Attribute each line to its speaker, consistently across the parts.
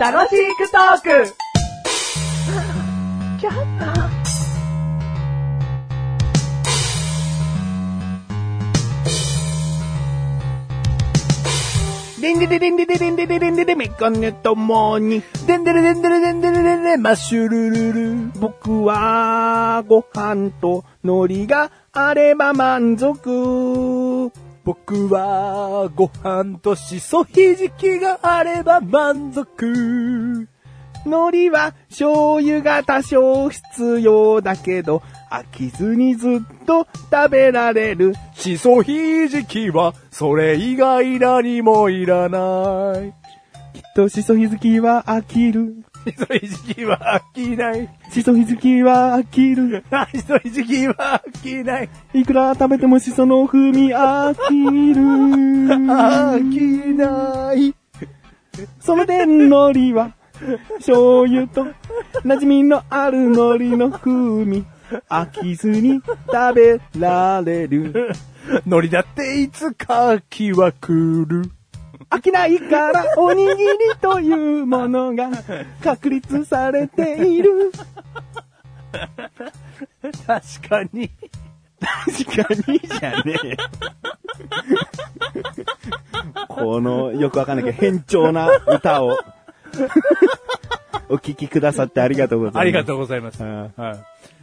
Speaker 1: 楽しくトーク
Speaker 2: でんでででんでででんでででんででめかねともに。でんでれでんでれでんでれでれマッシュルルル。僕はご飯と海苔があれば満足。僕はご飯としそひじきがあれば満足。海苔は醤油が多少必要だけど、飽きずにずっと食べられる。しそひじきはそれ以外何もいらない。きっとしそひじきは飽きる。
Speaker 3: ひどい時期は飽きない。
Speaker 2: しそひじきは飽きる。
Speaker 3: ひどい時期は飽きない。
Speaker 2: いくら食べてもしその風味飽きる。
Speaker 3: 飽きない。
Speaker 2: それで海苔は、醤油と、馴染みのある海苔の風味。飽きずに食べられる。
Speaker 3: ノリだっていつか秋は来る。
Speaker 2: 飽きないからおにぎりというものが確立されている。
Speaker 3: 確かに。
Speaker 2: 確かにじゃねえ。このよくわかんないけど、変調な歌 をお聴きくださってありがとうございます。
Speaker 3: ありがとうございます。
Speaker 2: うん
Speaker 3: は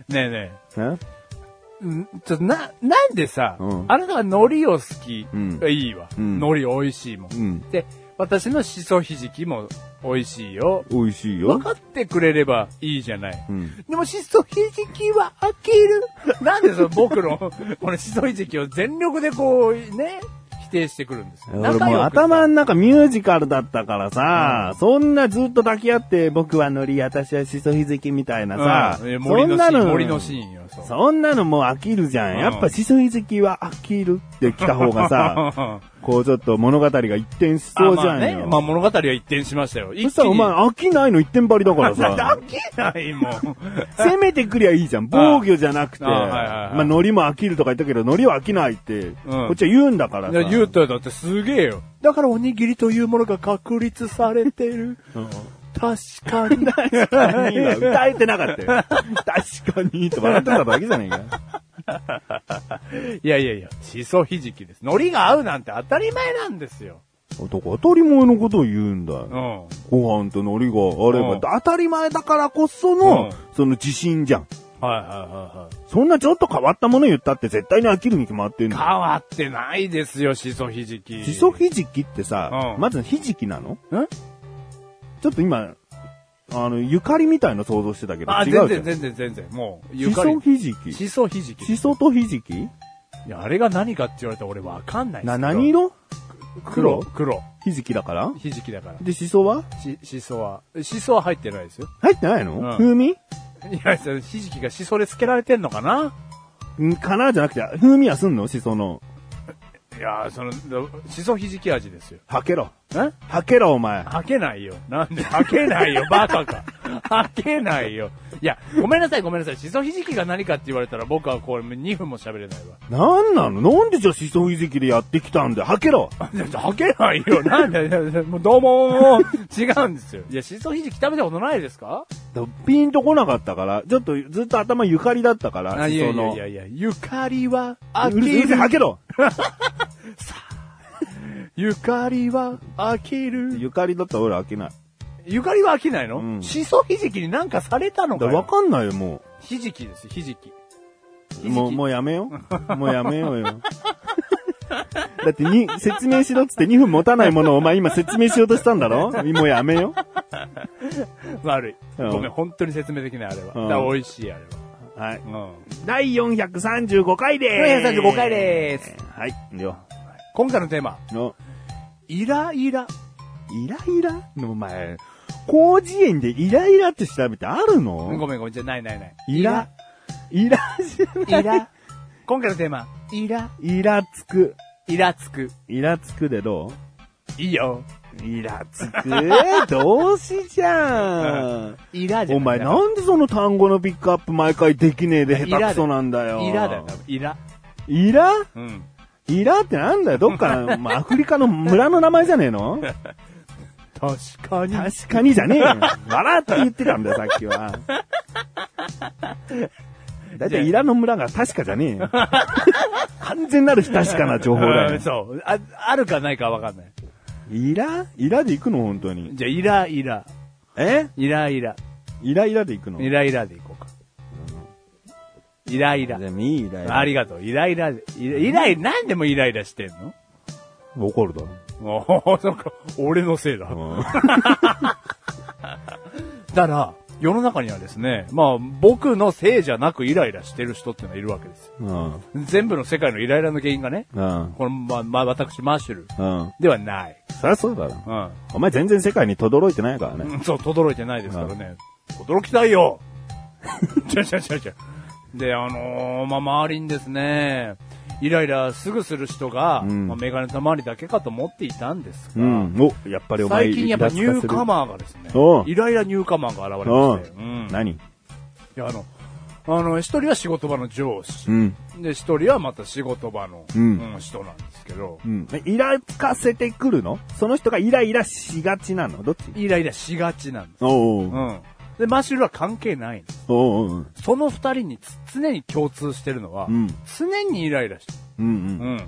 Speaker 3: い。ねえね
Speaker 2: うん。
Speaker 3: え。んちょっとな、なんでさ、
Speaker 2: うん
Speaker 3: あなたが海苔を好き、
Speaker 2: うん
Speaker 3: いいわ。
Speaker 2: うん
Speaker 3: 海苔美味しいもん。
Speaker 2: うん
Speaker 3: で、私のしそひじきも美味しいよ。
Speaker 2: 美味しい
Speaker 3: 分
Speaker 2: よ。
Speaker 3: かってくれればいいじゃない。
Speaker 2: うん
Speaker 3: でも、しそひじきは飽きる。 なんでその僕の、このしそひじきを全力でこう、ね、否定してくるんですよ。
Speaker 2: 俺もう頭の中ミュージカルだったからさ、そんなずっと抱き合って、僕はノリ、私はしそひじきみたいなさ、
Speaker 3: うんえ森
Speaker 2: そん
Speaker 3: のシ
Speaker 2: な
Speaker 3: ー
Speaker 2: の、
Speaker 3: ン、森のシーンよ。そう
Speaker 2: そんなのもう飽きるじゃん。
Speaker 3: うん
Speaker 2: やっぱしそひじきは飽きるって来た方が さ、こうちょっと物語が一転しそうじゃ
Speaker 3: あ
Speaker 2: ん
Speaker 3: まあ
Speaker 2: よ。
Speaker 3: ね。まあ物語は一転しましたよ。
Speaker 2: そ
Speaker 3: 一
Speaker 2: した
Speaker 3: 気
Speaker 2: らお
Speaker 3: に。
Speaker 2: 前飽きないの一点張りだからさ
Speaker 3: だ、 けないもん。
Speaker 2: 攻めてくりゃいいじゃん。防御じゃなくて、
Speaker 3: あはいはいはい
Speaker 2: まあ海苔も飽きるとか言ったけど、海苔は飽きないって、こっちは言うんだからさ。
Speaker 3: いや、ゆうただってすげえよ。だからおにぎりというものが確立されてる。確かに。
Speaker 2: 確かには歌えてなかったよ。確かにと笑ってただけじゃねえか。
Speaker 3: いやいやいや、しそひじきです。海苔が合うなんて当たり前なんですよ。
Speaker 2: 男当たり前のことを言うんだ
Speaker 3: う
Speaker 2: よ。
Speaker 3: ん。
Speaker 2: ご飯と海苔があれば、
Speaker 3: うん
Speaker 2: 当たり前だからこその、
Speaker 3: うん
Speaker 2: その自信じゃん。
Speaker 3: はいはいはいはい。
Speaker 2: そんなちょっと変わったもの言ったって絶対に飽きるに決まってん
Speaker 3: 変
Speaker 2: の。
Speaker 3: わってないですよ、しそひじき。
Speaker 2: しそひじきってさ、
Speaker 3: うん
Speaker 2: まずひじきなのんちょっと今、あの、ゆかりみたいな想像してたけど、
Speaker 3: あ、
Speaker 2: 違
Speaker 3: 全
Speaker 2: うじゃ
Speaker 3: 然
Speaker 2: ん。
Speaker 3: 全然全然。もう、ゆ
Speaker 2: し
Speaker 3: かり
Speaker 2: そ。ひじき。
Speaker 3: しそひじき。
Speaker 2: しそとひじき
Speaker 3: いや、あれが何かって言われたら俺わかんないです
Speaker 2: な、
Speaker 3: けど
Speaker 2: 何色黒
Speaker 3: 黒黒。
Speaker 2: ひじきだから
Speaker 3: ひじきだから。
Speaker 2: で、しそは
Speaker 3: し、しそは。しそは入ってないですよ。
Speaker 2: 入ってないの、
Speaker 3: うん
Speaker 2: 風味
Speaker 3: いや、そのひじきがしそでつけられてんのかなん
Speaker 2: かなじゃなくて、風味はすんのしその。
Speaker 3: いや、その、しそひじき味ですよ。
Speaker 2: はけろ。
Speaker 3: え
Speaker 2: はけろ、お前。
Speaker 3: はけないよ。なんで、はけないよ、バカか。はけないよ。いや、ごめんなさい、ごめんなさい。しそひじきが何かって言われたら僕はこれ2分も喋れないわ。
Speaker 2: なんなのなんでじゃあしそひじきでやってきたんだよはけろ。
Speaker 3: いやはけないよ。なんだよ。もうどうも違うんですよ。いや、しそひじき食べたことないですか
Speaker 2: ピンとこなかったから、ちょっとずっと頭ゆかりだったから、
Speaker 3: あい
Speaker 2: し
Speaker 3: や
Speaker 2: そ
Speaker 3: いや
Speaker 2: の。
Speaker 3: いやいや、ゆかりは
Speaker 2: うるせえうるせえ、はけろ
Speaker 3: ゆかりは飽きる。
Speaker 2: ゆかりだったら俺飽きない。
Speaker 3: ゆかりは飽きないの、
Speaker 2: うん
Speaker 3: しそひじきになんかされたの
Speaker 2: だか
Speaker 3: から
Speaker 2: わ
Speaker 3: よ
Speaker 2: かんないよ、も
Speaker 3: ひじきですよ、ひじき。
Speaker 2: う。もう、もうやめよう。もうやめよう よ。だってに、説明しろっつって2分持たないものをお前今説明しようとしたんだろもうやめよ
Speaker 3: 悪い。
Speaker 2: うん
Speaker 3: ごめん、本当に説明できない、あれは。だ
Speaker 2: うん
Speaker 3: から美味しい、あれ
Speaker 2: う。はい。
Speaker 3: は。
Speaker 2: 第435回でーす。
Speaker 3: 435回でーす。
Speaker 2: はい。よ。
Speaker 3: 今回のテーマ、
Speaker 2: の、
Speaker 3: イライラ。
Speaker 2: イライラのお前、広辞苑でイライラって調べてある
Speaker 3: ご
Speaker 2: の
Speaker 3: めんごめん、じゃあないないない。
Speaker 2: イラ、イラじゃ
Speaker 3: イラ。イラ。今回のテーマ、イラ。
Speaker 2: ない、イラつく。
Speaker 3: イラつく。
Speaker 2: イラつくでど
Speaker 3: いいよ。
Speaker 2: うイラつく動詞じゃ ん。
Speaker 3: イラじゃ
Speaker 2: お前
Speaker 3: な
Speaker 2: なんでその単語のピックアップ毎回できねえで下手くそなんだよ。
Speaker 3: イラだよ、多分イラ。
Speaker 2: イラ
Speaker 3: うん。
Speaker 2: イラってなんだよ。どっか、まあアフリカの村の名前じゃねえの
Speaker 3: 確かに。
Speaker 2: 確かにじゃねえよ。笑って言ってたんだよ、さっき は。だいたいイラの村が確かじゃねえ よ。完全なる不確かな情報だ
Speaker 3: うん
Speaker 2: よ。
Speaker 3: そう。あ、あるかないかわかんない。
Speaker 2: イライラで行くの本当に。
Speaker 3: じゃあ、イライラ。
Speaker 2: え
Speaker 3: イライラ。
Speaker 2: イライラで行くの
Speaker 3: イライラでいこうか。イライラ
Speaker 2: じ。ゃあ、ミイライラ。
Speaker 3: ありがとう。イライラで。イライライラ、なんでもイライラしてんの
Speaker 2: 怒るだろ。
Speaker 3: おーなんか、俺のせいだ。だから、世の中にはですね、まあ、僕のせいじゃなくイライラしてる人っていうのがいるわけですよ。
Speaker 2: うん。
Speaker 3: 全部の世界のイライラの原因がね、
Speaker 2: うん。
Speaker 3: この、ま、まあ、私、マッシュル
Speaker 2: うん。
Speaker 3: ではない。
Speaker 2: そりゃそうだろ。
Speaker 3: うん。
Speaker 2: お前全然世界に轟いてないからね。
Speaker 3: うんそう、轟いてないですからね。驚きたいよ ちゃちゃちゃちゃ。で、あのーまあ、周りにですね、イライラすぐする人が、
Speaker 2: うん
Speaker 3: まあ、メガネたまりだけかと思っていたんです
Speaker 2: う
Speaker 3: が、
Speaker 2: ん。お、やっぱりお前、
Speaker 3: 最近やっぱニューカ
Speaker 2: ー。
Speaker 3: マーがですね
Speaker 2: お、う
Speaker 3: イライラニューカマーが現れまして、うん。い
Speaker 2: 何
Speaker 3: や、あの、あの、一人は仕事場の上司
Speaker 2: う、ん。
Speaker 3: で、一人はまた仕事場の、
Speaker 2: うん
Speaker 3: うん人なんですけど、
Speaker 2: うん。えイラつかせてくるのその人がイライラしがちなのどっち
Speaker 3: イライラしがちなんです。
Speaker 2: おう
Speaker 3: う。
Speaker 2: おうん
Speaker 3: で、マシュルは関係ないの
Speaker 2: おうおう
Speaker 3: その二人につ常に共通してるのは、
Speaker 2: うん
Speaker 3: 常にイライラして
Speaker 2: うんうん
Speaker 3: る。うん。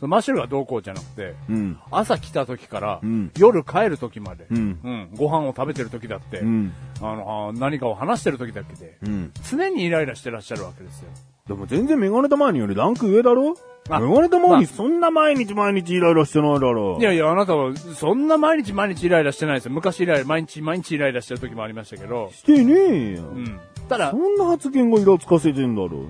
Speaker 3: そのマシュルがどうこうじゃなくて、
Speaker 2: うん
Speaker 3: 朝来た時から、
Speaker 2: うん
Speaker 3: 夜帰る時まで、
Speaker 2: うん
Speaker 3: ご飯を食べてる時だって、
Speaker 2: うん
Speaker 3: あのあー何かを話してる時だけで、
Speaker 2: うん
Speaker 3: 常にイライラしてらっしゃるわけですよ。
Speaker 2: でも全然メガネたまによりランク上だろメ
Speaker 3: あ
Speaker 2: ガネたま
Speaker 3: ま
Speaker 2: に
Speaker 3: あ
Speaker 2: そんな毎日毎日イライラしてないだろ
Speaker 3: いやいや、あなたは、そんな毎日毎日イライラしてないですよ。昔イライラ、毎日毎日イライラしてる時もありましたけど、
Speaker 2: してねえよ。
Speaker 3: うん。ただ
Speaker 2: そ、んな発言がイラつかせてんだろ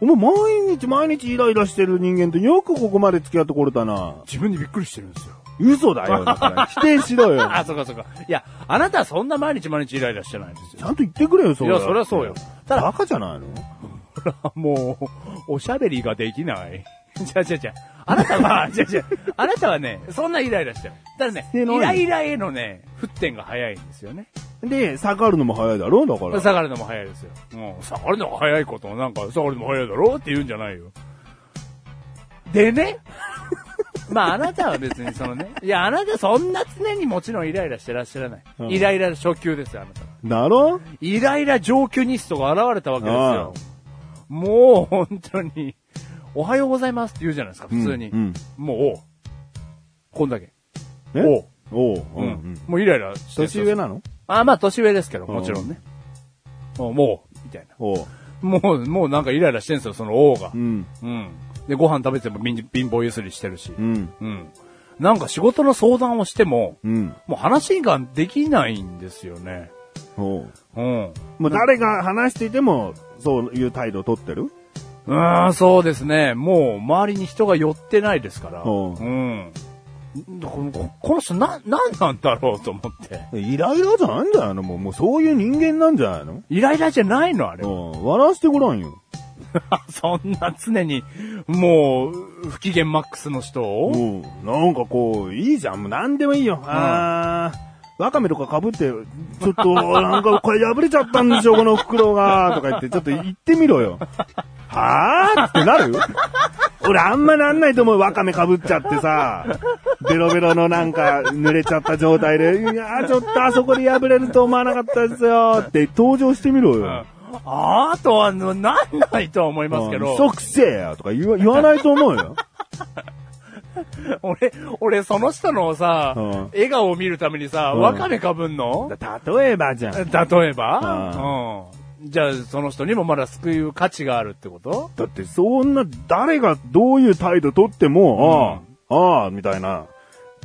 Speaker 2: お前毎日毎日イライラしてる人間とよくここまで付き合ってこれたな。
Speaker 3: 自分にびっくりしてるんですよ。
Speaker 2: 嘘だよ。だから否定しろよ。
Speaker 3: あ、そっかそっか。 いや、あなたはそんな毎日毎日イライラしてないんです
Speaker 2: ち。
Speaker 3: よ
Speaker 2: ゃんと言ってくれよ、それ。
Speaker 3: いやそりゃそうよ。ただ
Speaker 2: バカじゃないの
Speaker 3: ほら、 もう、おしゃべりができない。じゃあじゃあじゃあ、あなたは、 じゃあじゃあ、あなたはね、そんなイライラしてる。ただね、
Speaker 2: て
Speaker 3: イ
Speaker 2: ない
Speaker 3: ライラへのね、沸点が早いんですよね。
Speaker 2: で、下がるのも早いだろだから。
Speaker 3: 下がるのも早いですよ。うん、下がるのが早いことをなんか、下がるのも早いだろって言うんじゃないよ。でね、まああなたは別にそのね、いやあなたそんな常にもちろんイライラしてらっしゃらない。
Speaker 2: うん
Speaker 3: イライラ初級ですよ、あなたは。
Speaker 2: だろ
Speaker 3: イライラ上級ニストが現れたわけですよ。もう本当に、おはようございますって言うじゃないですか、普通に。
Speaker 2: うんうん
Speaker 3: もう、おうこんだけ。
Speaker 2: え
Speaker 3: おう
Speaker 2: おう。
Speaker 3: う。
Speaker 2: うんん。
Speaker 3: もうイライラして
Speaker 2: 年上なの
Speaker 3: あ、まあ年上ですけど、もちろんね。もう、もう、みたいな。
Speaker 2: おう。
Speaker 3: もう、もうなんかイライラしてんすよ、その王が
Speaker 2: う。ん。
Speaker 3: うん。で、ご飯食べても貧貧乏ゆすりしてるし。
Speaker 2: うん。
Speaker 3: うん。なんか仕事の相談をしても、
Speaker 2: うん。
Speaker 3: もう話ができないんですよね。
Speaker 2: おう。
Speaker 3: うん。
Speaker 2: もう誰が話していても、そういう態度を取ってる
Speaker 3: うーん、そうですね。もう、周りに人が寄ってないですから。
Speaker 2: うん
Speaker 3: ん。だこのここの人、な、なんなんだろうと思って。
Speaker 2: イライラじゃないんじゃないのもう、もうそういう人間なんじゃないの
Speaker 3: イライラじゃないのあれ。
Speaker 2: うん。笑わしてごらんよ。
Speaker 3: そんな常に、もう、不機嫌マックスの人を
Speaker 2: うん。なんかこう、いいじゃん。もう何でもいいよ。あー、わかめとか被って、ちょっと、 なんかこれ破れちゃったんでしょ、この袋が。とか言って、ちょっと言ってみろよ。はぁってなる俺あんまなんないと思う。わかめ被っちゃってさ。ベロベロのなんか濡れちゃった状態で、いやーちょっとあそこで破れると思わなかったですよって登場してみろよ。
Speaker 3: あーとは、ななんないとは思いますけ
Speaker 2: うん
Speaker 3: ど。
Speaker 2: 即せえよとか言わ言わないと思うよ。
Speaker 3: 俺、俺、その人のさ、
Speaker 2: うん
Speaker 3: 笑顔を見るためにさ、
Speaker 2: うん
Speaker 3: わかめかぶんの
Speaker 2: 例えばじゃん。
Speaker 3: 例えばうん。じゃあ、その人にもまだ救う価値があるってこと
Speaker 2: だってそんな誰がどういう態度取っても、ああ、ああ、みたいな、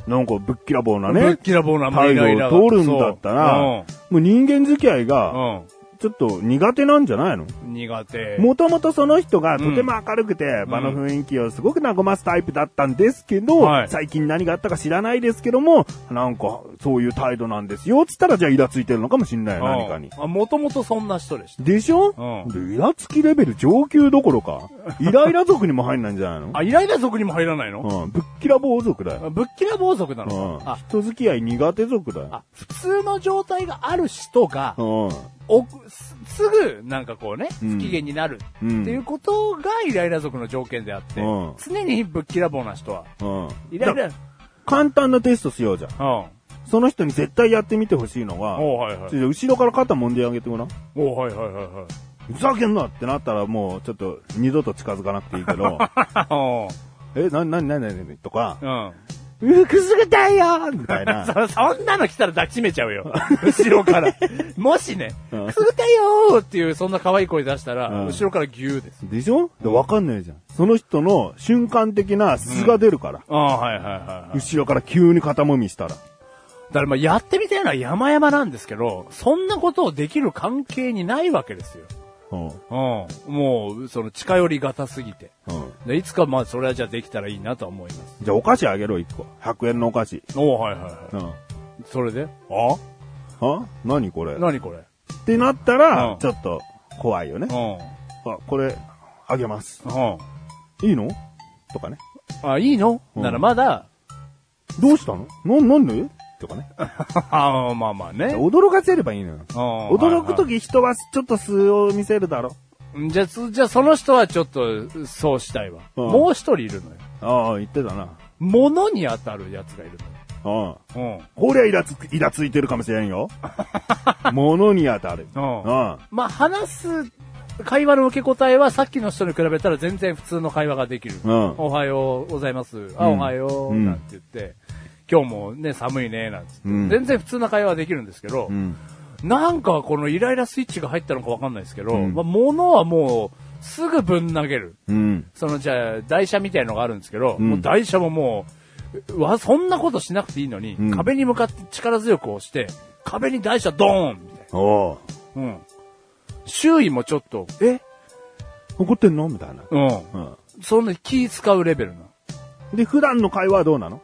Speaker 2: なんかぶっきらぼうな
Speaker 3: ぶ
Speaker 2: ね
Speaker 3: っ、きらぼうな
Speaker 2: 態度を取るんだったら、も
Speaker 3: そう
Speaker 2: 人間付き合いが、
Speaker 3: う
Speaker 2: ちょっと苦手なんじゃないの
Speaker 3: うん。苦手。
Speaker 2: もともとその人が
Speaker 3: うん
Speaker 2: とても明るくて、場の雰囲気をすごく和ますタイプだったんですけど、
Speaker 3: はい
Speaker 2: 最近何があったか知らないですけども、なんかそういう態度なんですよ、つったらじゃあイラついてるのかもしんないよ、何かに。
Speaker 3: あ、もともとそんな人でした。
Speaker 2: でしょ、
Speaker 3: う
Speaker 2: でイラつきレベル上級どころか、イライラ族にも入んないんじゃないの
Speaker 3: あ、イライラ族にも入らないの
Speaker 2: うんぶっキラ暴族だよ。
Speaker 3: あぶっきらぼう族な
Speaker 2: う
Speaker 3: の
Speaker 2: ん。
Speaker 3: か。あ、
Speaker 2: 人付き合い苦手族だよ。
Speaker 3: あ、普通の状態がある人が
Speaker 2: う、ん。
Speaker 3: おすすぐ、なんかこうね、
Speaker 2: うん
Speaker 3: 不機嫌になるって
Speaker 2: うん
Speaker 3: いうことがイライラ族の条件であって
Speaker 2: うん、
Speaker 3: 常にぶっきらぼうな人は、
Speaker 2: うん。
Speaker 3: イライラ、
Speaker 2: だ簡単なテストしようじゃん。
Speaker 3: うん。お
Speaker 2: その人に絶対やってみてほしいのが、
Speaker 3: うはいはい
Speaker 2: ち。ょ後ろから肩揉んであげてごらん。
Speaker 3: おうはいはいはいはい。
Speaker 2: ふざけんなってなったらもうちょっと二度と近づかなくていいけど、
Speaker 3: あ おう
Speaker 2: え、な、な、な、な、な、なとか、
Speaker 3: うん。
Speaker 2: うくすぐたいよみたいな。
Speaker 3: そそんなの来たら抱きしめちゃうよ。後ろ から。もしね、
Speaker 2: うん
Speaker 3: くすぐったいよーっていう、そんな可愛い声出したら、
Speaker 2: うん
Speaker 3: 後ろからギューです。
Speaker 2: でしょでわかんないじゃん。その人の瞬間的な素が出るから。
Speaker 3: ああ、はいはいは
Speaker 2: 後ろから急に肩もみしたら。
Speaker 3: だからまあやってみたいのは山々なんですけど、そんなことをできる関係にないわけですよ。
Speaker 2: うん。うん。
Speaker 3: うん。もう、その近寄りがたすぎて。でいつかまあそれはじゃあできたらいいなとは思います。
Speaker 2: じゃあお菓子あげろ、一個。100円のお菓子。
Speaker 3: おはいはいは
Speaker 2: うん。
Speaker 3: い。それであ
Speaker 2: は何これっ
Speaker 3: 何これ
Speaker 2: てなったら、
Speaker 3: うん
Speaker 2: ちょっと怖いよね
Speaker 3: う。ん。
Speaker 2: あ、これ、あげます。
Speaker 3: うん。
Speaker 2: いいのとかね。
Speaker 3: あ、いいの、
Speaker 2: うん
Speaker 3: ならまだ、
Speaker 2: どうしたのな、なんでとかね。
Speaker 3: ああ、まあまあね。
Speaker 2: 驚かせればいいのよ。驚
Speaker 3: 驚
Speaker 2: くとき人はちょっと素を見せるだろ。
Speaker 3: じゃあ、そじゃあその人はちょっと、そうしたいわ。
Speaker 2: うん
Speaker 3: もう一人いるのよ。
Speaker 2: ああ、言ってたな。
Speaker 3: 物に当たるやつがいる
Speaker 2: うん。
Speaker 3: のよ。
Speaker 2: こりゃイラつく、イラついてるかもしれん よ。物に当たる。
Speaker 3: う。
Speaker 2: うん
Speaker 3: うん。
Speaker 2: ん。
Speaker 3: まあ、話す、会話の受け答えはさっきの人に比べたら全然普通の会話ができる。
Speaker 2: うん
Speaker 3: おはようございます。あ、
Speaker 2: うん
Speaker 3: おはよう、
Speaker 2: うん
Speaker 3: なんて言って。今日もね、寒いね、なんつって。
Speaker 2: うん
Speaker 3: 全然普通な会話はできるんですけど、
Speaker 2: うん。
Speaker 3: なんかこのイライラスイッチが入ったのかわかんないですけど、
Speaker 2: うん
Speaker 3: まあ、物はもう、すぐぶん投げる。
Speaker 2: うん。
Speaker 3: そのじゃあ、台車みたいのがあるんですけど、
Speaker 2: ん
Speaker 3: もう台車ももう、うわ、そんなことしなくていいのに、
Speaker 2: ん
Speaker 3: 壁に向かって力強く押して、壁に台車ドーンみたい
Speaker 2: お
Speaker 3: な。うん。周囲もちょっと、え
Speaker 2: 怒ってんのみたいな。
Speaker 3: うん。
Speaker 2: うん。
Speaker 3: そんな気使うレベルな。
Speaker 2: で、普段の会話はどうなの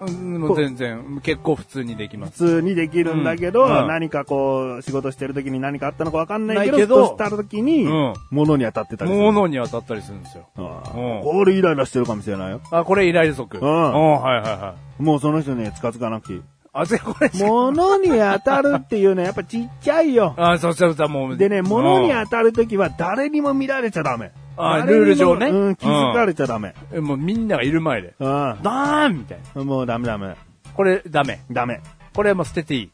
Speaker 3: うん、もう全然、結構普通にできま
Speaker 2: 普
Speaker 3: す。
Speaker 2: 通にできるんだけど、
Speaker 3: うんうん
Speaker 2: 何かこう、仕事してる時に何かあったのかわかんないけど、
Speaker 3: ないけど
Speaker 2: ふとした時に、
Speaker 3: うん
Speaker 2: 物に当たってたりする。
Speaker 3: 物に当たったりするんですよ。
Speaker 2: うん。
Speaker 3: うん
Speaker 2: これイライラしてるかもしれないよ。
Speaker 3: あ、これイライラ族。
Speaker 2: ん
Speaker 3: はいはいはい。
Speaker 2: もうその人に近づかなくていい。
Speaker 3: あ、じゃあこれ、
Speaker 2: 物に当たるっていうのはやっぱちっちゃいよ。
Speaker 3: あ、そうそうそう、もう。
Speaker 2: でね、物に
Speaker 3: あ
Speaker 2: 当たるときは誰にも見られちゃダメ。
Speaker 3: あ
Speaker 2: 誰にも
Speaker 3: ルール上ね
Speaker 2: うん、気づかれちゃダメ。
Speaker 3: もうみんながいる前で。
Speaker 2: う
Speaker 3: ダーンみたいな。
Speaker 2: ん。もうダメダメ。
Speaker 3: これダメ。
Speaker 2: ダメ。
Speaker 3: これもう捨てていい。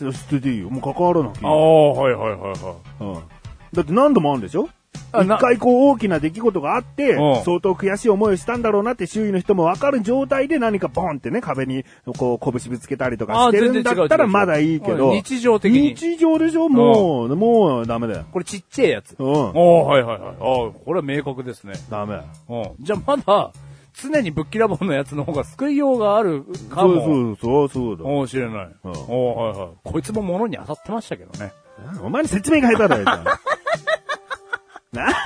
Speaker 2: 捨てていいよ。もう関わらなくていい。
Speaker 3: あ、はいはいはいはい。
Speaker 2: うん。だって何度もあるんでしょ
Speaker 3: あ
Speaker 2: 一
Speaker 3: な
Speaker 2: 回こう大きな出来事があって
Speaker 3: うん、
Speaker 2: 相当悔しい思いをしたんだろうなって周囲の人もわかる状態で何かボンってね、壁にこう拳ぶつけたりとかしてるんだったらまだいいけど、
Speaker 3: 日常的に。
Speaker 2: 日常でしょもう、もうダメだよ。
Speaker 3: これちっちゃいやつ。
Speaker 2: う
Speaker 3: あ
Speaker 2: ん。
Speaker 3: あ、はいはいはい。ああ、これは明確ですね。
Speaker 2: ダメ。
Speaker 3: うん。じゃあまだ、常にぶっきらぼうのやつの方が救いようがあるか
Speaker 2: そうそ
Speaker 3: も。
Speaker 2: うそう、そうだ。
Speaker 3: かもしれない。
Speaker 2: う
Speaker 3: うんん。はいはい。こいつも物に当たってましたけどね。
Speaker 2: お前の説明が下手だよ、じゃあ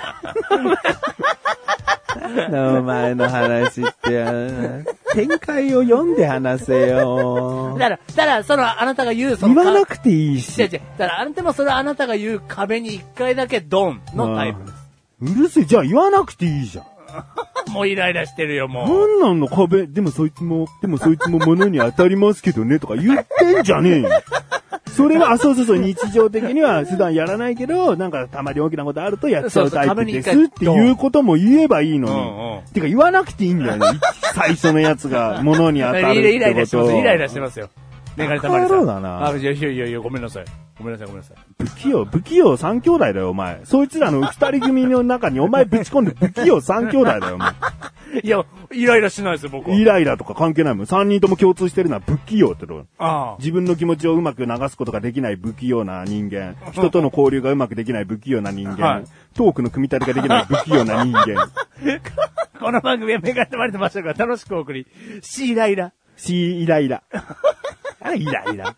Speaker 2: なお前の話って、展開を読んで話せよ
Speaker 1: だ。から、だから、その、あなたが言う、その、
Speaker 2: 言わなくて
Speaker 1: 違
Speaker 2: いい
Speaker 1: う違
Speaker 2: し
Speaker 1: う。。だから、あなたもそれはあなたが言う壁に一回だけドンのタイプです。
Speaker 2: うるせえ、じゃあ言わなくていいじゃん。
Speaker 3: もうイライラしてるよ、もう。
Speaker 2: なんなんの壁、でもそいつも、でもそいつも物に当たりますけどね、とか言ってんじゃねえよ。それは、あ、そうそうそう、日常的には普段やらないけど、なんかたまに大きなことあるとやっちゃうタイプで
Speaker 1: そ
Speaker 2: す
Speaker 1: うそう壁に一回
Speaker 2: っていうことも言えばいいのに。
Speaker 3: うんうん
Speaker 2: てか言わなくていいんだよね。最初のやつが物に当たるってことを。
Speaker 3: イライラしてます。イライラしてますよ。メガネたまりさん。
Speaker 2: バカ野郎だな
Speaker 3: あ、いやいやいやいや、ごめんなさい。ごめんなさい、ごめんなさい。
Speaker 2: 不器用、不器用三兄弟だよ、お前。そいつらの二人組の中にお前ぶち込んで不器用三兄弟だよ、お前。
Speaker 3: いや、イライラしないですよ、僕は。
Speaker 2: イライラとか関係ないもん。三人とも共通してるのは不器用ってとこ
Speaker 3: ああ。
Speaker 2: 自分の気持ちをうまく流すことができない不器用な人間。 人との交流がうまくできない不器用な人間。
Speaker 3: はい
Speaker 2: トークの組み立てができない不器用な人 間。
Speaker 3: この番組はメガネたまりとましたから楽しくお送り。シイライラ。
Speaker 2: し、イラ イラ。あれ、イライラ。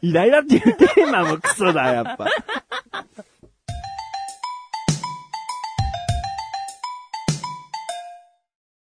Speaker 2: イライラっていうテーマもクソだ、やっぱ。